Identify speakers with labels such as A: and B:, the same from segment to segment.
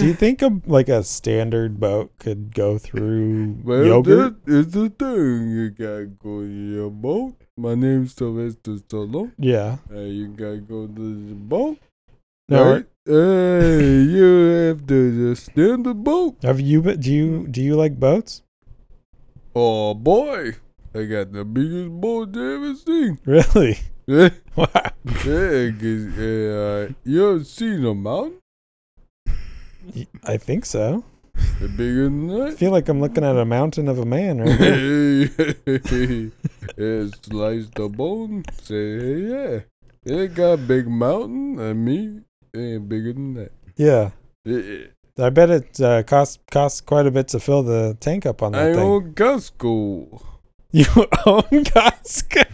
A: you think a, like a standard boat could go through
B: Well,
A: yogurt?
B: that is the thing. You gotta go to your boat. My name's Sylvester Stallone.
A: Yeah.
B: Hey, you gotta go to the boat.
A: No.
B: right? Hey, you have to just stand the boat.
A: Have you? But do you do you like boats?
B: Oh boy, I got the biggest boat I ever seen.
A: Really?
B: yeah,
A: Wow.
B: 'cause, uh, you ever seen a mountain?
A: I think so.
B: The bigger than
A: I
B: that?
A: feel like I'm looking at a mountain of a man right now.
B: Hey, yeah, slice the bone. Say hey, yeah. It got a big mountain and me ain't bigger than that.
A: Yeah.
B: Yeah.
A: I bet it uh, costs costs quite a bit to fill the tank up on that
B: I
A: thing.
B: own Costco.
A: You own Costco.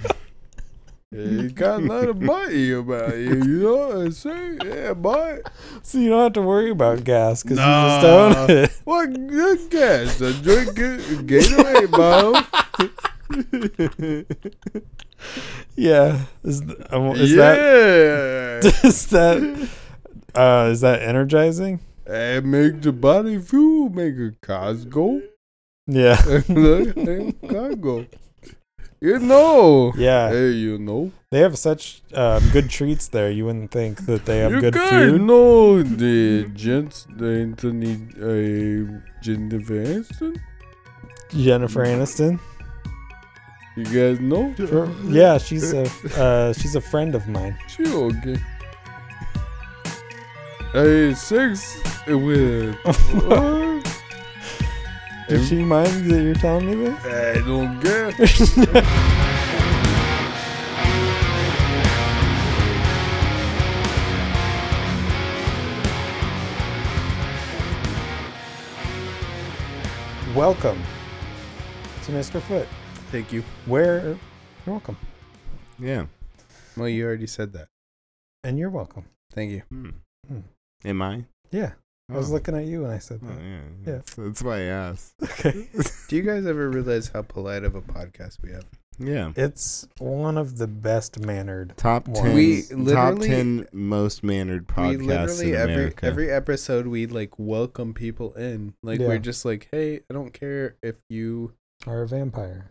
B: You got a lot of money about you, you know what I'm saying? Yeah, boy.
A: So you don't have to worry about gas because you
B: Nah.
A: just own it.
B: What good guess? I drink it, Gatorade bottle.
A: Yeah. Is, th- um, is that
B: yeah.
A: is that uh, is that energizing?
B: I make the body fuel, make a Costco.
A: Yeah.
B: Look, hey, Costco. You know.
A: yeah.
B: Hey, you know.
A: They have such um, good treats there. You wouldn't think that they have
B: you
A: good
B: guys
A: food.
B: know the gents, the Anthony, uh, Jennifer Aniston?
A: Jennifer Aniston.
B: You guys know?
A: Or- Yeah, she's a uh, she's a friend of mine.
B: She okay. Hey, uh, sex with. what?
A: Did she mind that you're telling me this?
B: I don't get.
A: Welcome to Mr. Foot.
C: Thank you.
A: Where you're welcome,
C: Yeah. Well, you already said that.
A: and you're welcome.
C: Thank you.
A: Hmm.
C: Am I?
A: Yeah, I was looking at you when I said
C: Oh,
A: that.
C: yeah.
A: Yeah.
C: That's, that's why I asked.
A: Okay,
D: Do you guys ever realize how polite of a podcast we have?
C: Yeah.
A: it's one of the best mannered.
C: Top
A: Wow.
C: ten.
D: We
C: top
D: literally-
C: ten most mannered podcasts
D: we literally
C: in
D: every
C: America.
D: every episode we like welcome people in. Like
A: Yeah.
D: we're just like, hey, I don't care if you.
A: Or a vampire.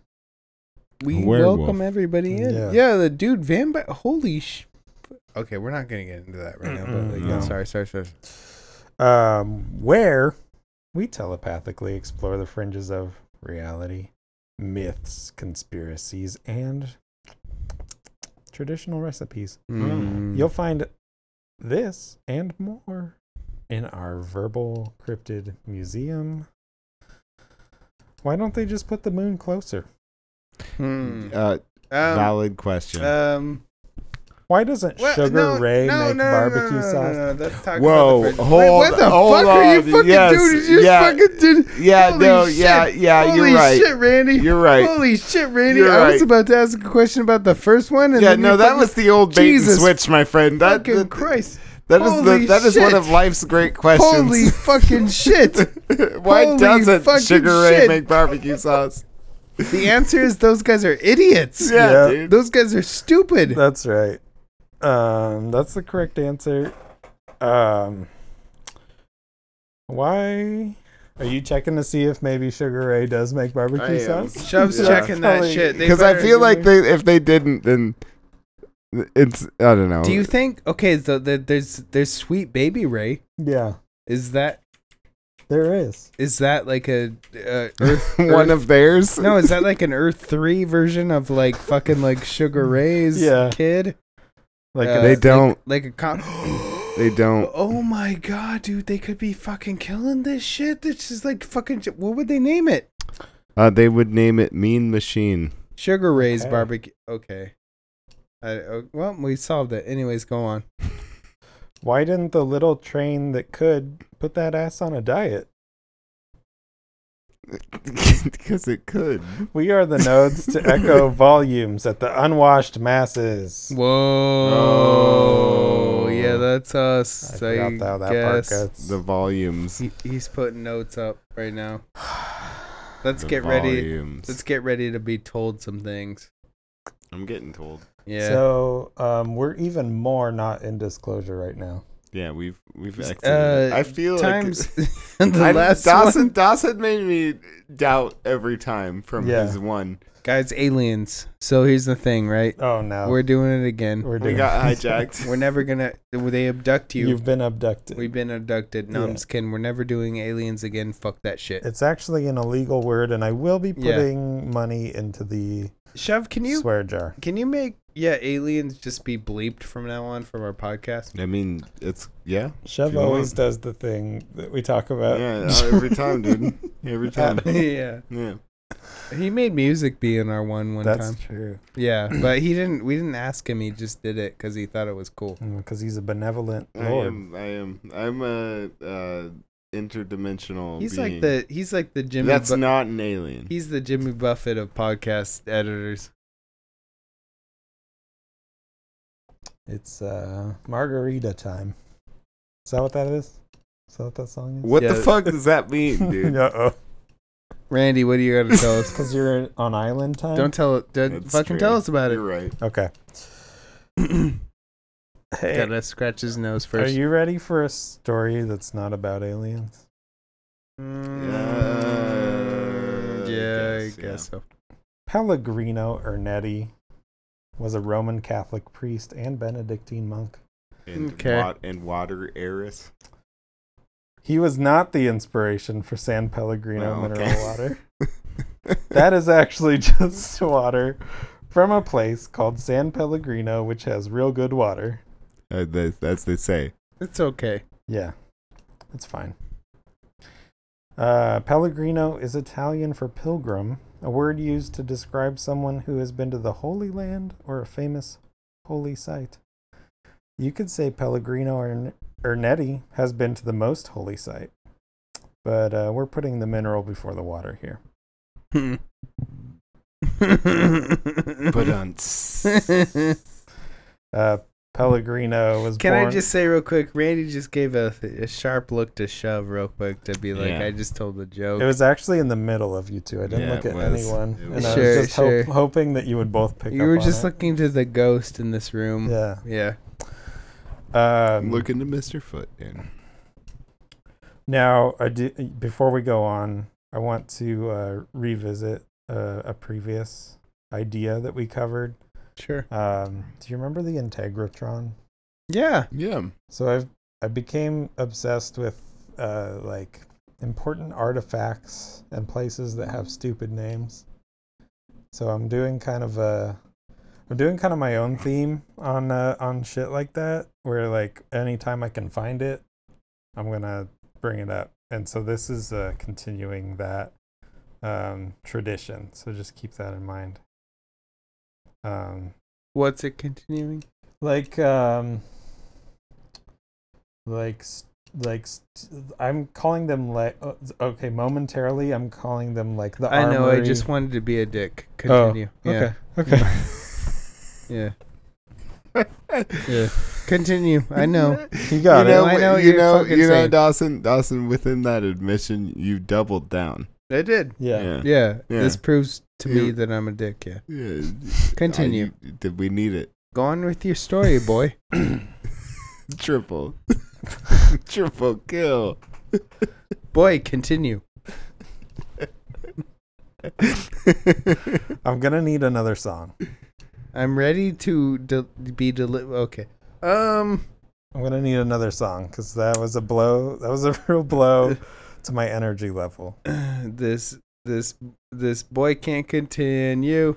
D: We
C: Werewolf.
D: welcome everybody in.
A: Yeah.
D: Yeah, the dude vampire. Holy sh. Okay, we're not gonna get into that right now. But
A: Mm-mm,
D: like,
C: no.
D: yeah, sorry, sorry, sorry.
A: Um, where we telepathically explore the fringes of reality, myths, conspiracies, and traditional recipes.
D: Hmm.
C: Mm.
A: You'll find this and more in our verbal cryptid museum. Why don't they just put the moon closer?
D: Hmm.
C: uh,
D: Um,
C: valid question.
D: um,
A: Why doesn't
D: well,
A: Sugar
D: no,
A: Ray
D: no,
A: make
D: no, no,
A: barbecue
D: no, no,
A: sauce?
D: No, no, that's talking
C: Whoa,
D: About the first-
C: hold-
D: Wait, what the
C: hold
D: fuck are you
C: on,
D: fucking
C: yes,
D: doing? Did you
C: yeah.
D: fucking did?
C: yeah.
D: holy
C: no.
D: shit.
C: Yeah. Yeah.
D: Holy
C: you're right.
D: shit, Randy!
C: You're right.
D: Holy shit, Randy!
C: You're
D: I
C: right.
D: was about to ask a question about the first one, and
C: yeah.
D: then
C: No,
D: you
C: that
D: fucking-
C: was the old bait
D: Jesus
C: and switch, my friend. That
D: fucking
C: that-
D: Christ!
C: that is
D: Holy
C: the that is one
D: shit.
C: of life's great questions.
D: Holy fucking shit!
C: Why
D: holy fucking
C: doesn't Sugar Ray
D: shit.
C: make barbecue sauce?
D: The answer is those guys are idiots.
C: Yeah,
A: Yeah.
C: dude.
D: Those guys are stupid.
A: That's right. Um, that's the correct answer. Um, why are you checking to see if maybe Sugar Ray does make
C: I
A: barbecue
C: am.
A: sauce?
D: Chubb's
C: Yeah.
D: checking that
A: Probably-
D: shit. They
C: because I
D: better-
C: feel like they if they didn't then it's I don't know.
D: Do you think? Okay, so the, there's there's sweet baby Ray.
A: Yeah,
D: Is that
A: there is.
D: is that like a uh, Earth?
C: one of theirs?
D: no, is that like an Earth three version of like fucking like Sugar Ray's
A: Yeah.
D: kid?
A: Like
D: Uh,
A: a-
C: they don't.
D: Like a con.
C: They don't.
D: Oh my god, dude! They could be fucking killing this shit. This is like fucking. What would they name it?
C: Uh, they would name it Mean Machine.
D: Sugar Ray's
A: Okay.
D: barbecue. Okay. I, uh, well, we solved it. Anyways, go on.
A: why didn't the little train that could put that ass on a diet?
C: Because it could.
A: We are the nodes to echo volumes at the unwashed masses.
C: Whoa.
D: Whoa. Oh, Yeah, that's
A: I
D: us. I,
A: forgot how that
D: guess.
A: part goes.
C: The volumes.
D: He, he's putting notes up right now. Let's
C: The
D: get ready.
C: volumes.
D: Let's get ready to be told some things.
C: I'm getting told.
D: Yeah.
A: So um, we're even more not in disclosure right now.
B: Yeah, we've we've exited.
D: Uh,
B: it.
C: I feel
D: times
C: like
D: the
C: I-
D: last
C: Dawson
D: one.
C: Dawson made me doubt every time from
A: Yeah.
C: his one.
D: guys aliens. So here's the thing, right?
A: Oh no,
D: We're doing it again. We're,
A: We're
C: We got hijacked.
D: never gonna. They abduct you.
A: You've been abducted.
D: We've been abducted. No,
A: Yeah.
D: I'm just kidding. We're never doing aliens again. Fuck that shit.
A: It's actually an illegal word, and I will be
D: Yeah.
A: putting money into the
D: Shove, can you
A: swear jar.
D: can you make yeah aliens just be bleeped from now on from our podcast?
B: I mean, it's yeah. If
A: Chev
B: you want.
A: always does the thing that we talk about.
C: yeah, every time, dude. Every time.
D: yeah,
C: Yeah.
D: he made music be in our one one
A: That's
D: time.
A: true.
D: Yeah, but he didn't. We didn't ask him. He just did it because he thought it was cool.
A: Because Mm, he's a benevolent
C: I
A: lord.
C: am. I am. I'm a uh, interdimensional.
D: He's
C: being.
D: like the he's like the Jimmy.
C: That's
D: Bu-
C: not an alien.
D: he's the Jimmy Buffett of podcast editors.
A: It's uh, margarita time. Is that what that is? Is that what that song is?
C: What the
D: Yeah.
C: fuck does that mean, dude?
A: Uh
D: Randy, what do you got to tell us?
A: Because you're on island time?
D: Don't tell it. Don't
C: That's
D: fucking
C: true.
D: tell us about it.
C: You're right.
A: Okay. hey,
D: Gotta scratch his nose
A: are
D: first.
A: you ready for a story that's not about aliens?
D: Mm,
C: Yeah,
D: yeah, I
C: I guess,
D: guess,
C: yeah.
D: so.
A: Pellegrino Ernetti was a Roman Catholic priest and Benedictine monk.
C: And,
D: Okay.
C: wa- and water heiress.
A: He was not the inspiration for San Pellegrino
C: Oh, okay.
A: mineral water. that is actually just water from a place called San Pellegrino, which has real good water.
C: Uh, that, that's they say.
D: It's okay.
A: Yeah, that's fine. Uh, Pellegrino is Italian for pilgrim, a word used to describe someone who has been to the Holy Land or a famous holy site. You could say Pellegrino Ern- Ernetti has been to the most holy site, but uh, we're putting the mineral before the water here.
D: but
C: But um, on.
A: Uh, Pellegrino was
D: Can
A: born.
D: I just say real quick? Randy just gave a, a sharp look to shove real quick to be like,
B: Yeah.
D: I just told the
A: It
D: joke.
A: was actually in the middle of you two. I didn't
B: Yeah,
A: look
B: it
A: at
B: was.
A: anyone,
B: It
A: and
B: was.
A: I
D: Sure,
A: was just hope-
D: sure.
A: hoping that you would both pick
D: You
A: up.
D: were
A: on
D: just
A: it.
D: looking to the ghost in this room.
A: yeah.
D: Yeah.
A: Um,
B: Look into Mr. Foot, Dan.
A: Now, I do, before we go on, I want to uh, revisit uh, a previous idea that we covered.
D: Sure.
A: Um, do you remember the Integratron?
D: Yeah.
E: Yeah.
A: So I've I became obsessed with uh, like important artifacts and places that have stupid names. So I'm doing kind of a I'm doing kind of my own theme on uh, on shit like that where like anytime I can find it I'm going to bring it up. And so this is uh, continuing that um, tradition. So just keep that in mind. Um
D: What's it continuing?
A: like um like s- like st- i'm calling them like uh, okay momentarily i'm calling them like the
D: I know. I
A: armory.
D: just wanted to be a dick.
A: Oh,
D: Continue. yeah.
A: okay okay
D: Yeah. yeah. Continue. I know.
A: you got
C: you know,
A: it
D: I know
C: you
D: you're
C: know,
D: fucking
C: you know,
D: saying.
C: Dawson, Dawson. Within that admission, you doubled down.
D: I did.
A: yeah.
D: Yeah.
C: Yeah.
D: This proves to me
C: You-
D: that I'm a dick. Yeah.
C: Yeah.
D: Continue.
C: I- did we need it?
D: Go on with your story, boy.
C: Triple, triple kill.
D: boy, continue.
A: i'm gonna need another song
D: I'm ready to del- be deli- okay. Um.
A: i'm gonna need another song because that was a blow that was a real blow to my energy level
D: This this this boy can't continue.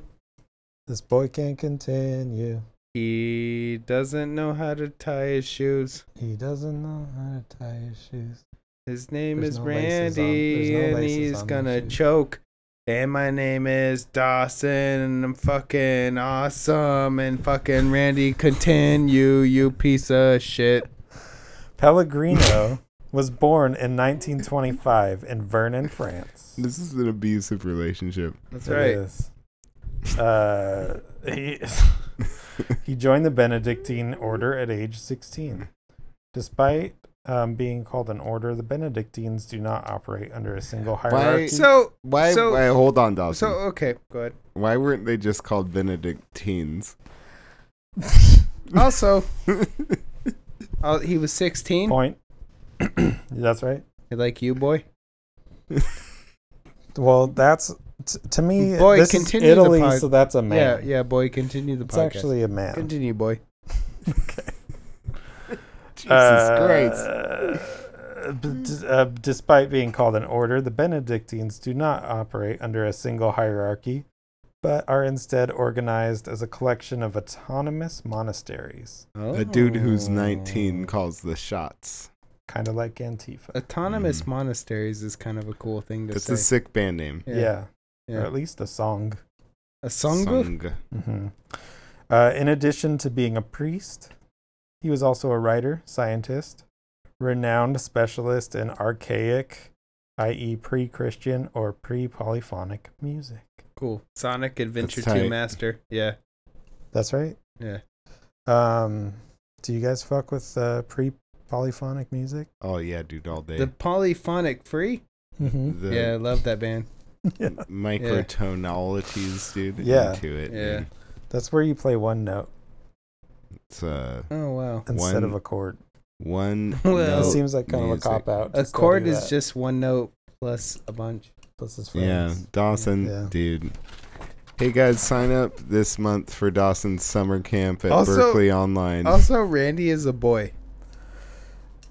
A: this boy can't continue
D: He doesn't know how to tie his shoes.
A: he doesn't know how to tie his shoes
D: His name
A: There's
D: is
A: no laces on- there's
D: Randy,
A: no
D: and
A: laces
D: he's
A: on my
D: gonna
A: shoes.
D: choke. And my name is Dawson, and I'm fucking awesome. And fucking Randy, continue, you piece of shit.
A: pellegrino was born in 1925 in vernon france
C: This is an abusive relationship.
D: That's
A: It
D: right.
A: is. Uh, he, he joined the Benedictine order at age 16. Despite um, being called an order, the Benedictines do not operate under a single hierarchy.
D: So
C: Why?
D: So-
C: why hold on, Dawson.
D: so okay, go ahead.
C: why weren't they just called Benedictines?
D: Also, Oh, he was 16?
A: Point. That's right.
D: Like you, boy?
A: Well, that's t- to me.
D: Boy,
A: this is
D: continue the
A: Italy,
D: pod-
A: so that's a
D: Yeah,
A: man.
D: yeah, boy. Continue the
A: it's
D: podcast.
A: actually a man.
D: Continue, boy.
B: Jesus
A: Uh, b- d- uh, despite being called an order, the Benedictines do not operate under a single hierarchy, but are instead organized as a collection of autonomous monasteries,
D: Oh.
B: A dude who's 19 calls the shots.
A: kind of like Antifa.
D: Autonomous
B: Mm.
D: monasteries is kind of a cool thing to
B: That's
D: say.
B: a sick band name.
A: Yeah.
D: yeah.
A: Or at least a song.
D: A sangha?
B: Sung.
A: hmm Uh, in addition to being a priest, he was also a writer, scientist, renowned specialist in archaic, i.e., pre Christian or pre polyphonic music.
D: Cool. Sonic Adventure
B: That's
D: 2
B: tight.
D: Master. Yeah.
A: That's right.
D: Yeah.
A: Um, do you guys fuck with uh, pre polyphonic music?
B: Oh, yeah, dude, all day.
D: The Polyphonic Free?
A: Mm-hmm.
B: The
D: yeah, I love that band.
B: Mm-hmm.
A: yeah.
B: microtonalities, dude,
A: Yeah.
B: into it.
D: Yeah.
B: dude.
A: That's where you play one note
B: It's uh,
D: Oh, wow.
A: instead
B: One
A: of a chord.
B: one.
D: Well-
A: It
B: note.
A: seems like kind
B: music.
A: of a cop out.
D: A chord is just one note plus a bunch.
A: Plus his
B: Yeah,
A: friends.
B: Dawson,
A: Yeah.
B: dude. Hey guys, sign up this month for Dawson's summer camp at
D: Also-
B: Berkeley Online.
D: Also, Randy is a boy.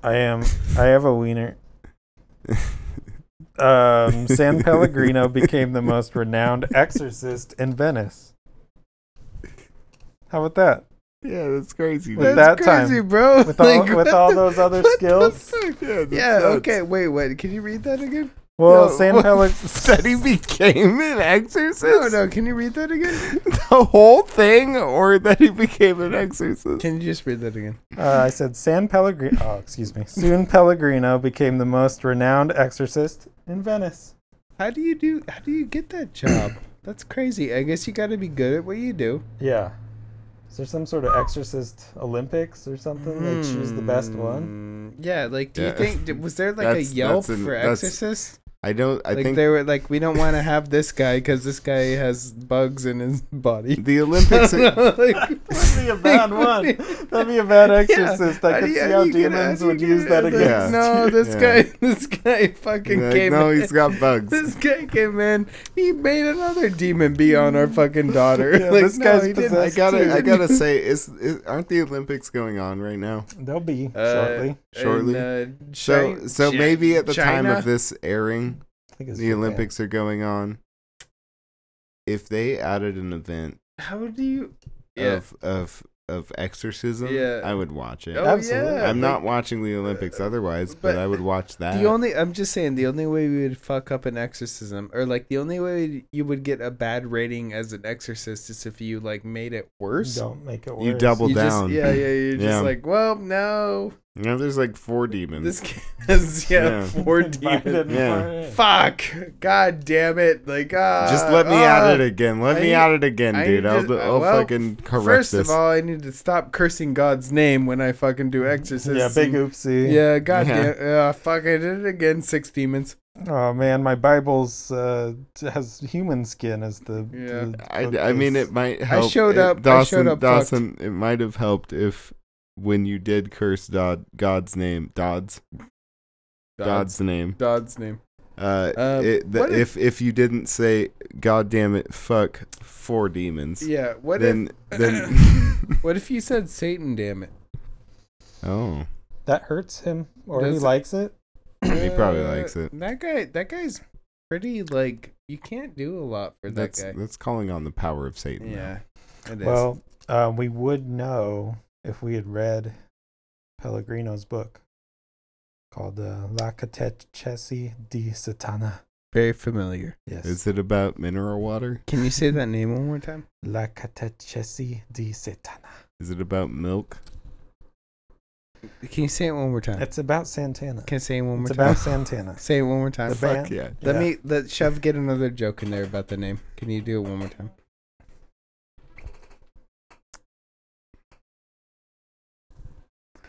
A: I am. I have a wiener. Um, San Pellegrino became the most renowned exorcist in Venice. How about that?
B: yeah, that's crazy.
A: With
B: Dude.
A: that
D: crazy,
A: time,
D: bro.
A: with all-
D: Like,
A: with
D: what
A: all
D: the-
A: those other
D: what the
A: skills.
D: fuck?
B: yeah, that's
D: Yeah,
B: nuts.
D: okay. Wait, wait. Can you read that again?
A: Well,
B: No,
A: San
B: what-
A: Pellegrino.
B: That he became an exorcist.
D: No, no. Can you read that again?
B: The whole thing, or that he became an exorcist.
D: Can you just read that again?
A: Uh, I said San Pellegrino. Oh, excuse me. Soon Pellegrino became the most renowned exorcist in Venice.
D: How do you do? How do you get that job? That's crazy. I guess you got to be good at what you do.
A: Yeah. Is there some sort of exorcist Olympics or something? They choose the best one.
D: Mm, Yeah, like, do you
B: Hmm. Yeah.
D: think d- was there like a
B: That's-
D: Yelp
B: that's an-
D: for
B: that's-
D: Exorcist?
B: I don't. I
D: like
B: think
D: they were like, we don't want to have this guy because this guy has bugs in his body.
B: the Olympics. are-
D: Like,
A: That'd be a bad one. That'd be a bad exorcist. I
D: how
A: could
D: do you-
A: see
D: do
A: how
D: you get-
A: demons
D: do you
A: would
D: get
A: use
D: it?
A: that
D: Like,
A: against
D: No,
B: you.
D: this
B: Yeah.
D: guy, this guy fucking
B: like,
D: came.
B: no,
D: in.
B: he's got bugs.
D: This guy came in. He made another demon be on our fucking daughter.
A: Yeah,
D: like,
A: this
D: no,
A: guy's
D: he didn't.
B: I
A: possessed.
B: gotta, I
A: dude.
B: gotta say, is, is aren't the Olympics going on right now?
A: They'll be
D: Uh,
A: shortly.
B: Shortly.
D: And, uh,
B: So,
D: Chi-
B: so
D: Chi-
B: maybe at the time
D: China?
B: of this airing,
A: I think it's
B: the
A: Japan.
B: Olympics are going on. If they added an event
D: uh, How do you?
B: Oh,
D: Yeah.
B: of of of exorcism,
D: Yeah.
B: I would watch it.
D: Oh,
A: Absolutely.
D: yeah,
B: I'm
D: like-
B: not watching the Olympics otherwise, but,
D: Uh, but
B: I would watch that.
D: The only I'm just saying the only way we would fuck up an exorcism, or like the only way you would get a bad rating as an exorcist is if you like made it worse.
A: Don't make it worse.
B: You double
D: You just,
B: down.
D: yeah, yeah. You're
B: Yeah.
D: just like, well, no,
B: You know, there's like four demons.
D: this kid has yeah,
B: Yeah.
D: four
A: Invite
D: demons.
A: them
B: Yeah.
A: for it.
D: Fuck, god damn it! Like, ah,
B: Just let me
D: ah.
B: at it again. Let
D: I
B: me
D: need-
B: at it again,
D: I
B: dude.
D: need
B: I'll,
D: to-
B: I'll
D: uh, well,
B: fucking correct
D: First
B: this.
D: of all, I need to stop cursing God's name when I fucking do exorcism.
A: Yeah, big oopsie.
D: Yeah, goddamn.
B: Yeah.
D: Uh, fuck, I did it again. Six demons.
A: Oh man, my Bible's uh, t- has human skin as the.
D: Yeah.
A: the
B: I, I mean,
A: bookcase.
B: it might help.
D: showed
B: it-
D: up- I
B: Dawson,
D: showed up fucked.
B: Dawson, it might have helped if when you did curse Dodd, God's name, Dodd's, Dodd's name,
D: Dodd's name.
B: uh,
D: Um,
B: it, the,
D: what
B: if,
D: if-
B: if you didn't say, God damn it, fuck four demons,
D: Yeah. What
B: then,
D: if
B: then,
D: What if you said Satan? Damn it.
B: oh,
A: That hurts him, or he
D: Does-
A: likes it.
B: he probably
D: Uh,
B: likes it.
D: That guy. That guy's pretty. Like you can't do a lot for that
B: That's
D: guy.
B: that's calling on the power of Satan. though.
D: Yeah. It is.
A: Well, uh, we would know if we had read Pellegrino's book called uh, La Catechesi di Satana.
D: very familiar.
A: Yes.
B: Is it about mineral water?
D: Can you say that name one more time?
A: La Catechesi di Satana.
B: Is it about milk?
D: Can you say it one more time?
A: It's about Santana.
D: Can I say it one more
A: It's
D: time?
A: about Santana.
D: Say it one more time.
A: The band.
B: yeah.
D: Let
A: Yeah.
D: me let Chev get another joke in there about the name. Can you do it one more time?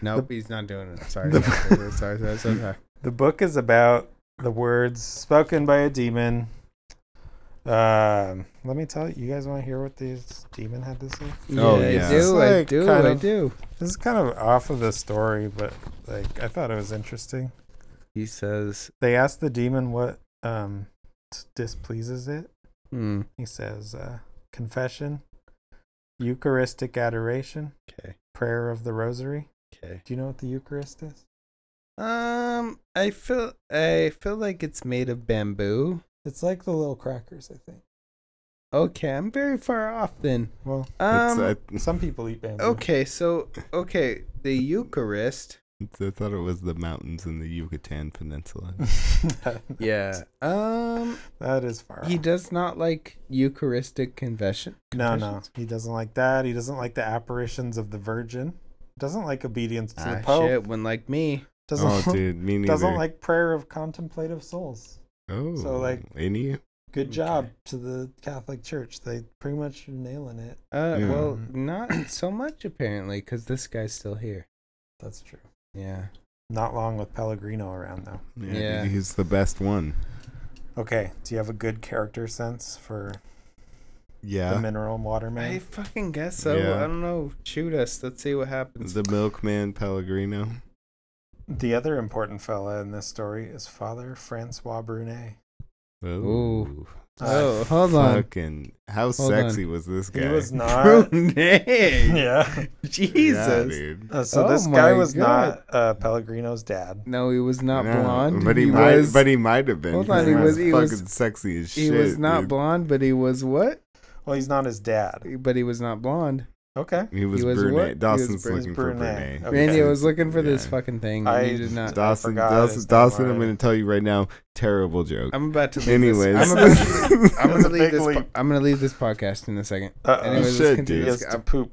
D: Nope, he's not doing it. Sorry,
A: The-
D: sorry, sorry, sorry, sorry, sorry.
A: The book is about the words spoken by a demon Um, let me tell you. You guys want to hear what this demon had to say?
B: Oh, yeah.
D: I do.
A: It's
D: I
A: like
D: do.
A: kind
D: I
A: of-
D: do.
A: This is kind of off of the story, but like I thought it was interesting.
D: He says,
A: They asked the demon what um t- displeases it.
D: hmm,
A: He says, uh, "Confession, Eucharistic adoration,
D: okay,
A: prayer of the Rosary."
D: okay.
A: Do you know what the Eucharist is?
D: Um, I feel, I feel like it's made of bamboo.
A: It's like the little crackers, I think.
D: Okay, I'm very far off then.
A: Well,
D: Um,
B: it's,
A: some people eat bamboo.
D: okay, so okay, the Eucharist.
B: I, I thought it was the mountains in the Yucatan Peninsula.
D: Yeah. Um,
A: that is far.
D: he
A: off.
D: does not like Eucharistic confession.
A: No,
B: Ah,
A: no,
D: confessions?
A: he doesn't like that. He doesn't like the apparitions of the Virgin. Doesn't like obedience to the
D: Ah,
A: Pope.
D: shit, one like me.
A: Doesn't
B: oh, dude, me neither.
A: doesn't like prayer of contemplative souls.
B: Oh,
A: so, like-
B: any?
A: Good
D: Okay.
A: job to the Catholic Church. They pretty much are nailing it.
D: Uh,
B: Yeah.
D: well,
A: Mm-hmm.
D: not so much apparently, because this guy's still here.
A: That's true.
D: Yeah.
A: Not long with Pellegrino around though.
B: Yeah,
D: Yeah.
B: he's the best one.
A: Okay, do you have a good character sense for the
B: Yeah,
A: mineral water man?
D: I fucking guess so.
B: Yeah.
D: I don't know. Shoot us. Let's see what happens.
B: the milkman Pellegrino.
A: The other important fella in this story is Father Francois Brunet.
B: Oh.
D: Ooh.
A: Uh,
D: oh, hold on.
B: fucking! How
D: Hold
B: sexy was this
A: He
B: guy?
A: was not.
D: Brunei.
A: yeah.
B: Yeah,
D: Jesus.
B: dude.
A: Uh, so
D: Oh
A: this guy
D: my
A: was
D: God.
A: not uh, Pellegrino's dad.
D: no, he was not
B: No,
D: blonde.
B: but he, might. But he might have been.
D: Hold
B: 'cause
D: on,
A: he was-
D: he was-
B: fucking sexy as shit.
D: he was not
B: dude.
D: blonde, but he was what?
A: Well, he's not his dad.
D: But he was not blonde.
A: Okay.
B: He was,
D: He was
B: brunette.
D: what? He was
B: Dawson's
D: brunette.
B: looking for
A: Brunette.
B: brunette.
A: Okay.
D: Randy, I was looking for this
B: Yeah.
D: fucking thing.
A: I-
D: and you did not.
A: I
B: Dawson,
A: forgot
B: Dawson,
A: his name
B: Dawson. I'm
A: already.
B: going to tell you right now. Terrible joke.
D: I'm about to. Leave
B: Anyways,
D: this. I'm about, I'm
A: That's a
D: gonna leave
A: big
D: this. po-
A: leap.
D: I'm gonna leave this podcast in a second.
A: Uh,
B: You
D: Anyways, let's
B: should,
D: continue.
B: dude.
A: He has
D: Let's,
A: to
D: I,
A: poop.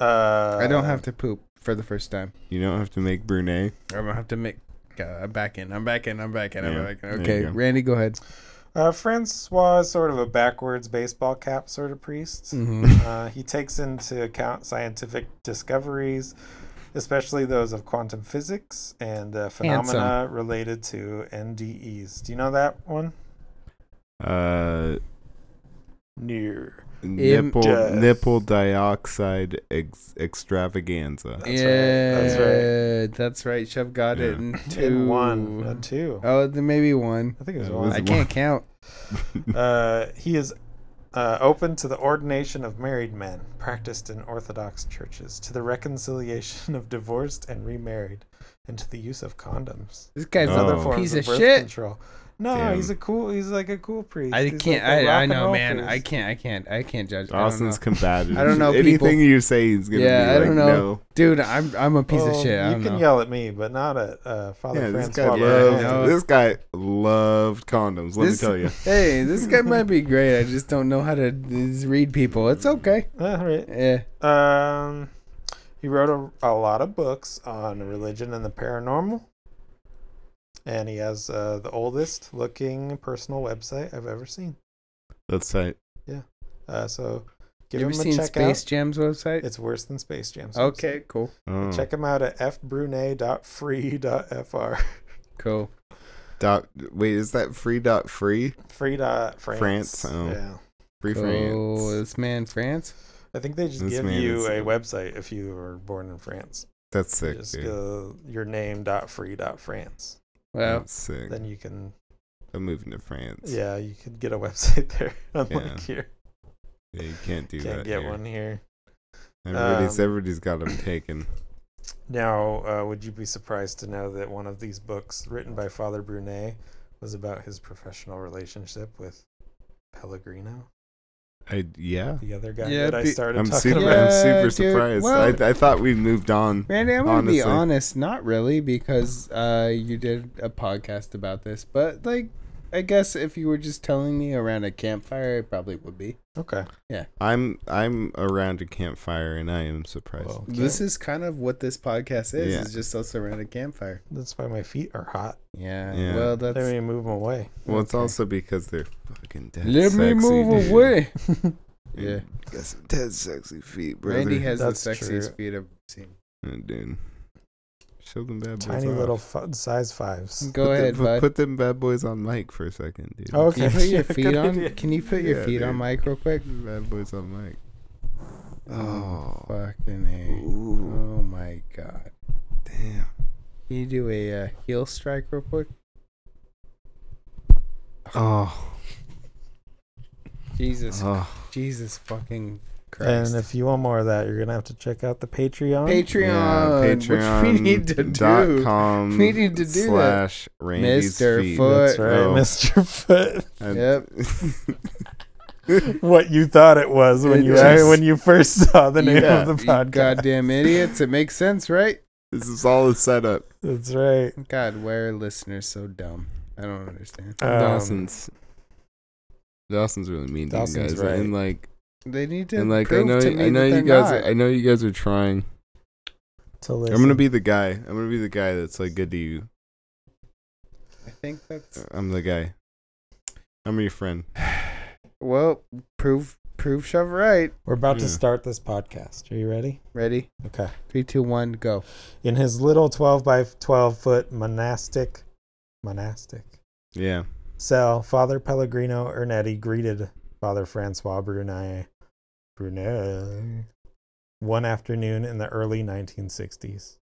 A: Uh,
D: I don't have to poop for the first time.
B: you don't have to make brunette.
D: I'm gonna have to make. God, I'm back in. I'm back in. I'm back in. I'm
B: Yeah,
D: back in.
B: there you
D: Okay,
B: go.
D: Randy, go ahead.
A: Uh, Francois is sort of a backwards baseball cap sort of priest. Uh, he takes into account scientific discoveries, especially those of quantum physics and uh, phenomena related to NDEs. Do you know that one?
B: Uh,
A: Near.
B: nipple
A: death.
B: nipple dioxide ex- extravaganza.
A: That's
D: yeah,
A: right.
D: that's right. That's right. Chef got it
B: Yeah.
D: in two.
A: Two. One. A two.
D: Oh, then maybe one.
A: I think Uh, it was
B: That
A: one.
B: was
D: I can't count.
A: Uh, he is uh, open to the ordination of married men practiced in Orthodox churches, to the reconciliation of divorced and remarried, and to the use of condoms.
D: This guy's
B: No.
A: Other
B: Oh.
D: a
A: forms
D: piece
A: of
D: of
A: birth
D: shit.
A: control. No,
B: Damn.
A: he's a cool. He's like a cool priest.
D: I
A: He's like
D: can't.
A: a rock
D: I, I
A: and
D: know,
A: roll
D: man. I
A: priest.
D: can't. I can't. I can't judge.
B: Dawson's
D: I don't know.
B: combative.
D: I don't know,
B: Anything
D: people.
B: you say, he's gonna
D: Yeah,
B: be
D: I
B: like,
D: don't know.
B: no.
D: Dude, I'm I'm a piece of
A: Well,
D: shit. I
A: You
D: don't
A: can
D: know.
A: yell at me, but not at uh, Father
B: Yeah, this guy
A: Francois.
B: loved,
A: Bernard.
D: Yeah, no.
B: this guy loved condoms. Let
D: This-
B: me tell you.
D: Hey, this guy might be great. I just don't know how to just read people. It's okay.
A: All right.
D: Yeah.
A: Um, he wrote a, a lot of books on religion and the paranormal. And he has uh, the oldest looking personal website I've ever seen.
B: That's tight.
A: Uh, so give
D: You ever
A: him a
D: seen
A: check
D: Space
A: out.
D: Jam's website?
A: It's worse than Space Jam. so
D: okay, cool,
B: Oh.
A: Check him out at fbrunet.free.fr.
D: cool.
B: Dot, Oh, wait, is that free dot free?
A: Free dot France.
B: France, oh.
A: Yeah.
B: Free
D: Oh,
B: France.
D: this man France.
A: I think they just
B: This
A: give
B: man
A: you
B: is-
A: a website if you were born in France.
B: That's sick,
A: just
B: dude.
A: go your name dot free dot France.
D: Well,
B: That's sick.
A: Then you can
B: I'm moving to France.
A: Yeah, you could get a website there. Unlike
B: Yeah,
A: here,
B: Yeah, you can't do
A: can't
B: that.
A: get
B: here.
A: one here.
B: Everybody's
A: Um,
B: everybody's got them taken.
A: Now, uh, would you be surprised to know that one of these books, written by Father Brunet, was about his professional relationship with Pellegrino,
B: I yeah.
A: the other guy
D: Yeah,
A: that I
D: be-
A: started
B: I'm
A: talking
B: super.
A: about?
B: I'm super
D: Yeah, dude,
B: surprised.
D: well-
B: I I thought we moved on.
D: Randy, I'm gonna be
B: Honestly.
D: honest. Not really, because uh, you did a podcast about this. But like, I guess if you were just telling me around a campfire, it probably would be.
A: Okay.
B: I'm I'm around a campfire and I am surprised.
A: Well,
D: This is kind of what this podcast is.
B: Yeah.
D: It's just us around a campfire.
A: that's why my feet are hot.
D: Yeah.
B: Yeah.
D: Well,
A: Let
D: that's.
A: me move them away.
B: Well, it's
D: okay.
B: also because they're fucking dead.
D: Let me
B: sexy,
D: move
B: dude.
D: away. Yeah.
B: got some dead sexy feet, brother.
D: Randy has
A: That's
D: the sexiest
A: true.
D: feet I've seen.
B: Oh, dude. Show them bad boys.
A: Tiny
B: off.
A: little f- size fives.
B: Put
D: Go
B: them-
D: ahead,
B: put-
D: bud.
B: Put them bad boys on mic for a second, dude.
A: Oh,
D: Can you put
A: okay.
D: your
B: Good
D: feet on?
B: idea.
D: Can you put your
B: Yeah,
D: feet on
B: dude.
D: mic real quick?
B: Bad boys on mic.
D: Oh,
B: Oh.
D: fucking a.
B: Ooh.
D: Oh my god.
B: Damn.
D: Can you do a uh, heel strike real quick?
B: Oh.
D: Jesus,
B: oh.
D: Jesus fucking Christ.
A: And if you want more of that, you're gonna have to check out the Patreon.
D: Patreon, which we need to do.
B: Patreon.com
D: We need to do that.
B: slash Randy's
D: Mr.
B: Feet.
D: Foot.
A: That's right,
B: Oh.
A: Mr. Foot.
B: I-
D: Yep.
A: what you thought it was when
D: It
A: you
D: just-
A: when you first saw the name
B: Yeah,
A: of the
D: You
A: podcast.
D: goddamn idiots. It makes sense, right?
B: This is all a setup.
A: That's right.
D: God, why are listeners so dumb? I don't understand.
A: Um,
B: Dawson's. Um, Dawson's really mean to you
A: Dawson's
B: guys,
A: right.
B: and like,
D: They need to
B: and like, I
D: prove
B: know,
D: to me
B: I know
D: that
B: you
D: they're
B: guys,
D: not.
B: I know you guys are trying.
A: to
B: I'm gonna
A: listen.
B: be the guy. I'm gonna be the guy that's like good to you. Uh,
D: I think that's
B: I'm the guy. I'm your friend.
D: well. Prove, prove, shove right.
A: We're about to
B: Yeah.
A: start this podcast. Are you ready?
D: Ready?
A: Okay.
D: Three, two, one, go.
A: In his little 12 by 12 foot monastic monastic
B: Yeah.
A: cell, Father Pellegrino Ernetti greeted Father Francois Brunet Brunet one afternoon in the early 1960s.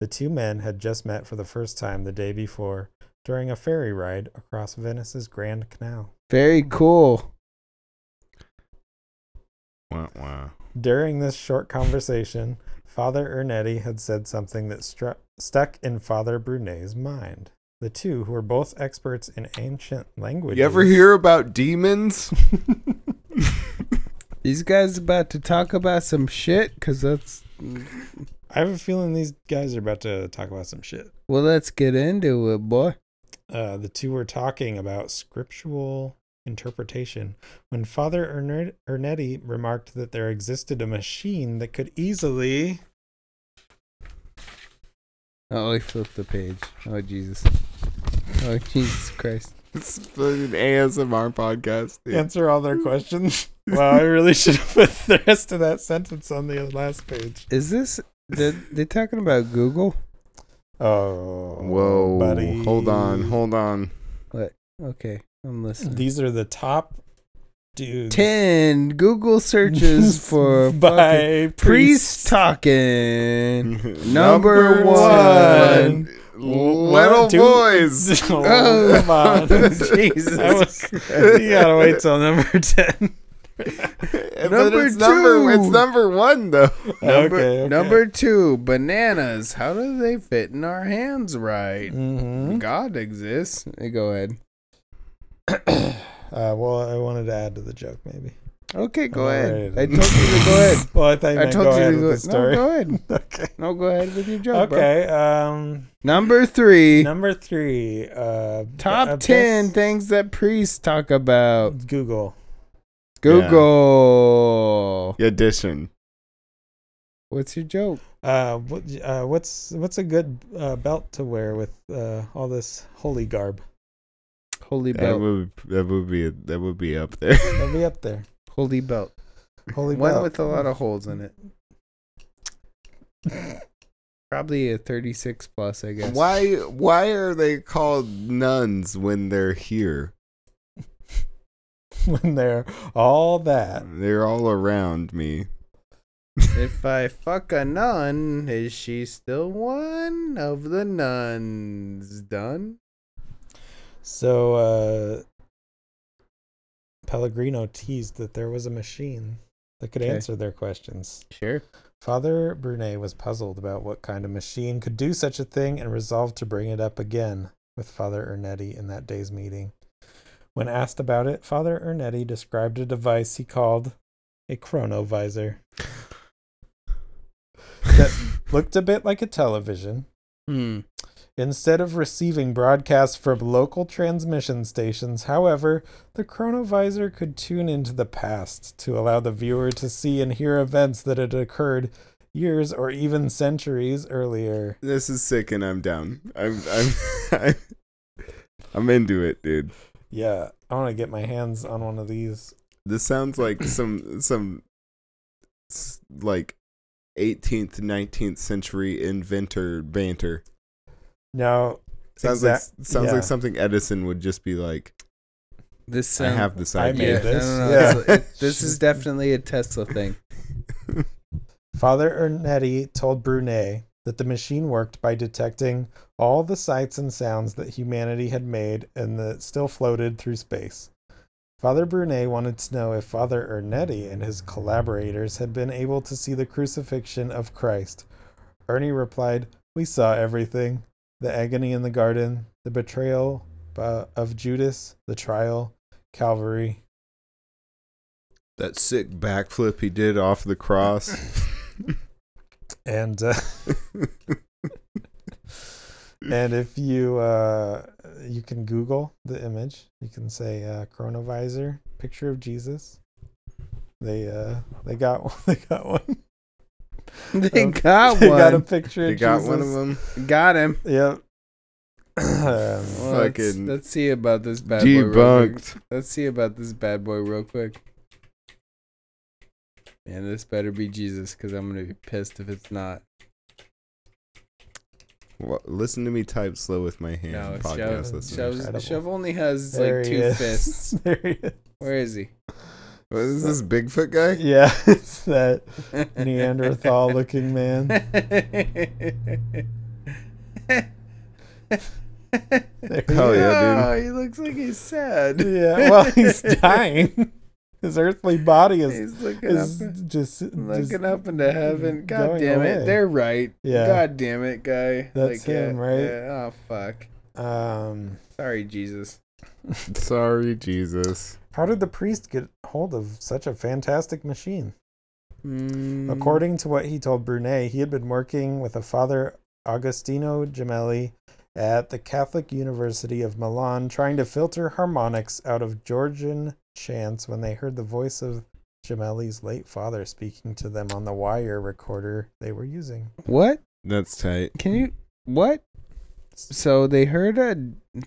A: The two men had just met for the first time the day before during a ferry ride across Venice's Grand Canal.
D: Very cool.
B: Wow. Wow.
A: During this short conversation, Father Ernetti had said something that struck, stuck in Father Brunet's mind. The two, who were both experts in ancient languages,
B: You ever hear about demons?
D: These guys about to talk about some shit, cause that's
A: I have a feeling these guys are about to talk about some shit.
D: well. Let's get into it, boy.
A: Uh, the two were talking about scriptural interpretation when Father Erne- Ernetti remarked that there existed a machine that could easily.
D: Oh, he flipped the page. Oh Jesus. Oh Jesus Christ.
B: It's an ASMR podcast. dude.
A: answer all their questions. wow, I really should have put the rest of that sentence on the last page.
D: Is this? They they talking about Google?
A: Oh,
B: Whoa.
A: buddy.
B: Hold on. Hold on.
D: Okay, I'm listening.
A: These are the top dudes.
D: Ten Google searches for fucking
A: by
D: priest talking.
B: Number
A: one.
B: Little
A: Two-
B: boys.
A: Oh, come on.
D: Jesus.
A: That was- you gotta wait till number ten.
B: But
D: Number
B: it's Number, it's
D: two.
B: number one though.
D: Number,
A: Okay, okay.
D: number two, bananas. How do they fit in our hands right?
A: Mhm.
D: God exists. Hey, Go ahead.
A: Uh, well, I wanted to add to the joke, maybe.
D: Okay, go
A: All
D: ahead.
A: right.
D: I told you to go ahead.
A: Well, I thought you
D: I
A: meant
D: told
A: go
D: you
A: ahead
D: to
A: with
D: go
A: the story.
D: No, go ahead.
A: okay.
D: No, go ahead with your joke, bro.
A: Okay. Um,
D: Number three,
A: number three. Uh,
D: top
A: uh,
D: ten
A: best-
D: things that priests talk about.
A: Google.
D: Google.
B: Addition.
D: What's your joke?
A: Uh, what, uh, what's what's a good uh, belt to wear with uh, all this holy garb?
D: Holy
B: That
D: belt.
B: would that would be that would be up there.
A: That'll be up there.
D: Holy belt.
A: Holy
D: One
A: belt.
D: with a lot of holes in it. Probably a 36 plus, I guess.
B: Why why are they called nuns when they're here?
A: when they're all
D: Mm.
A: that.
B: They're all around me.
D: If uh, I fuck a nun, is she still one of the nuns? Done?
A: So uh, Pellegrino teased that there was a machine that could
D: Okay.
A: answer their questions.
D: Sure.
A: Father Brunet was puzzled about what kind of machine could do such a thing and resolved to bring it up again with Father Ernetti in that day's meeting. When asked about it, Father Ernetti described a device he called a chronovisor that looked a bit like a television.
D: Hmm.
A: Instead of receiving broadcasts from local transmission stations, however, the chronovisor could tune into the past to allow the viewer to see and hear events that had occurred years or even centuries earlier.
B: This is sick and I'm down. I'm I'm I'm, I'm into it, dude.
A: Yeah, I want to get my hands on one of these.
B: This sounds like some some s- like 18th, 19th century inventor banter.
A: No.
B: Sounds
A: exact-
B: like sounds
A: yeah.
B: like something Edison would just be like.
D: This
B: I
D: sound-
B: have this
A: I made
B: idea.
A: it. this.
D: no, no,
A: Yeah.
D: no, it's- it- this is definitely a Tesla thing.
A: Father Ernetti told Brunet that the machine worked by detecting all the sights and sounds that humanity had made and that still floated through space. Father Brunet wanted to know if Father Ernetti and his collaborators had been able to see the crucifixion of Christ. Ernie replied, We saw everything the agony in the garden, the betrayal uh, of Judas, the trial, Calvary.
B: That sick backflip he did off the cross.
A: And uh, and if you uh, you can Google the image, you can say uh, "coronavisor picture of Jesus." They uh they got one. They got one.
D: They
A: Um,
D: got
A: they
D: one.
A: got a
D: him.
A: picture.
B: they
A: of
B: got
A: Jesus.
B: one of them.
D: Got him.
A: Yep. um,
D: Well, let's-
B: Fucking
D: Let's, see about this bad boy. Real quick.
C: Debunked.
D: Let's see about this bad boy real quick. Man, this better be Jesus, because I'm gonna be pissed if it's not.
B: Wha- Listen to me type slow with my hand.
D: no, it's
B: podcast
D: Shove.
B: listeners.
A: Incredible.
D: Shove, Shove only has
A: there
D: like
A: he
D: two
A: is.
D: fists.
A: there he is.
D: Where is he?
B: What is this Bigfoot guy?
A: Yeah, it's that Neanderthal-looking man.
B: Hell yeah,
D: Oh, he looks like he's sad.
A: Yeah. Well, he's dying. His earthly body is
D: He's looking
A: is
D: up,
A: just, just
D: looking up into heaven. God
A: going
D: damn it,
A: away.
D: they're right.
A: Yeah.
D: God damn it, guy.
A: That's him,
D: yeah,
A: right?
D: yeah. Oh fuck.
A: um.
D: Sorry, Jesus.
B: dude. Sorry, Jesus.
A: How did the priest get hold of such a fantastic machine?
B: Hmm.
D: Mm.
A: According to what he told Brunet, he had been working with a Father Agostino Gemelli at the Catholic University of Milan, trying to filter harmonics out of Georgian chants when they heard the voice of Gemelli's late father speaking to them on the wire recorder they were using.
D: what?
B: That's tight.
D: Can you? What? So they heard a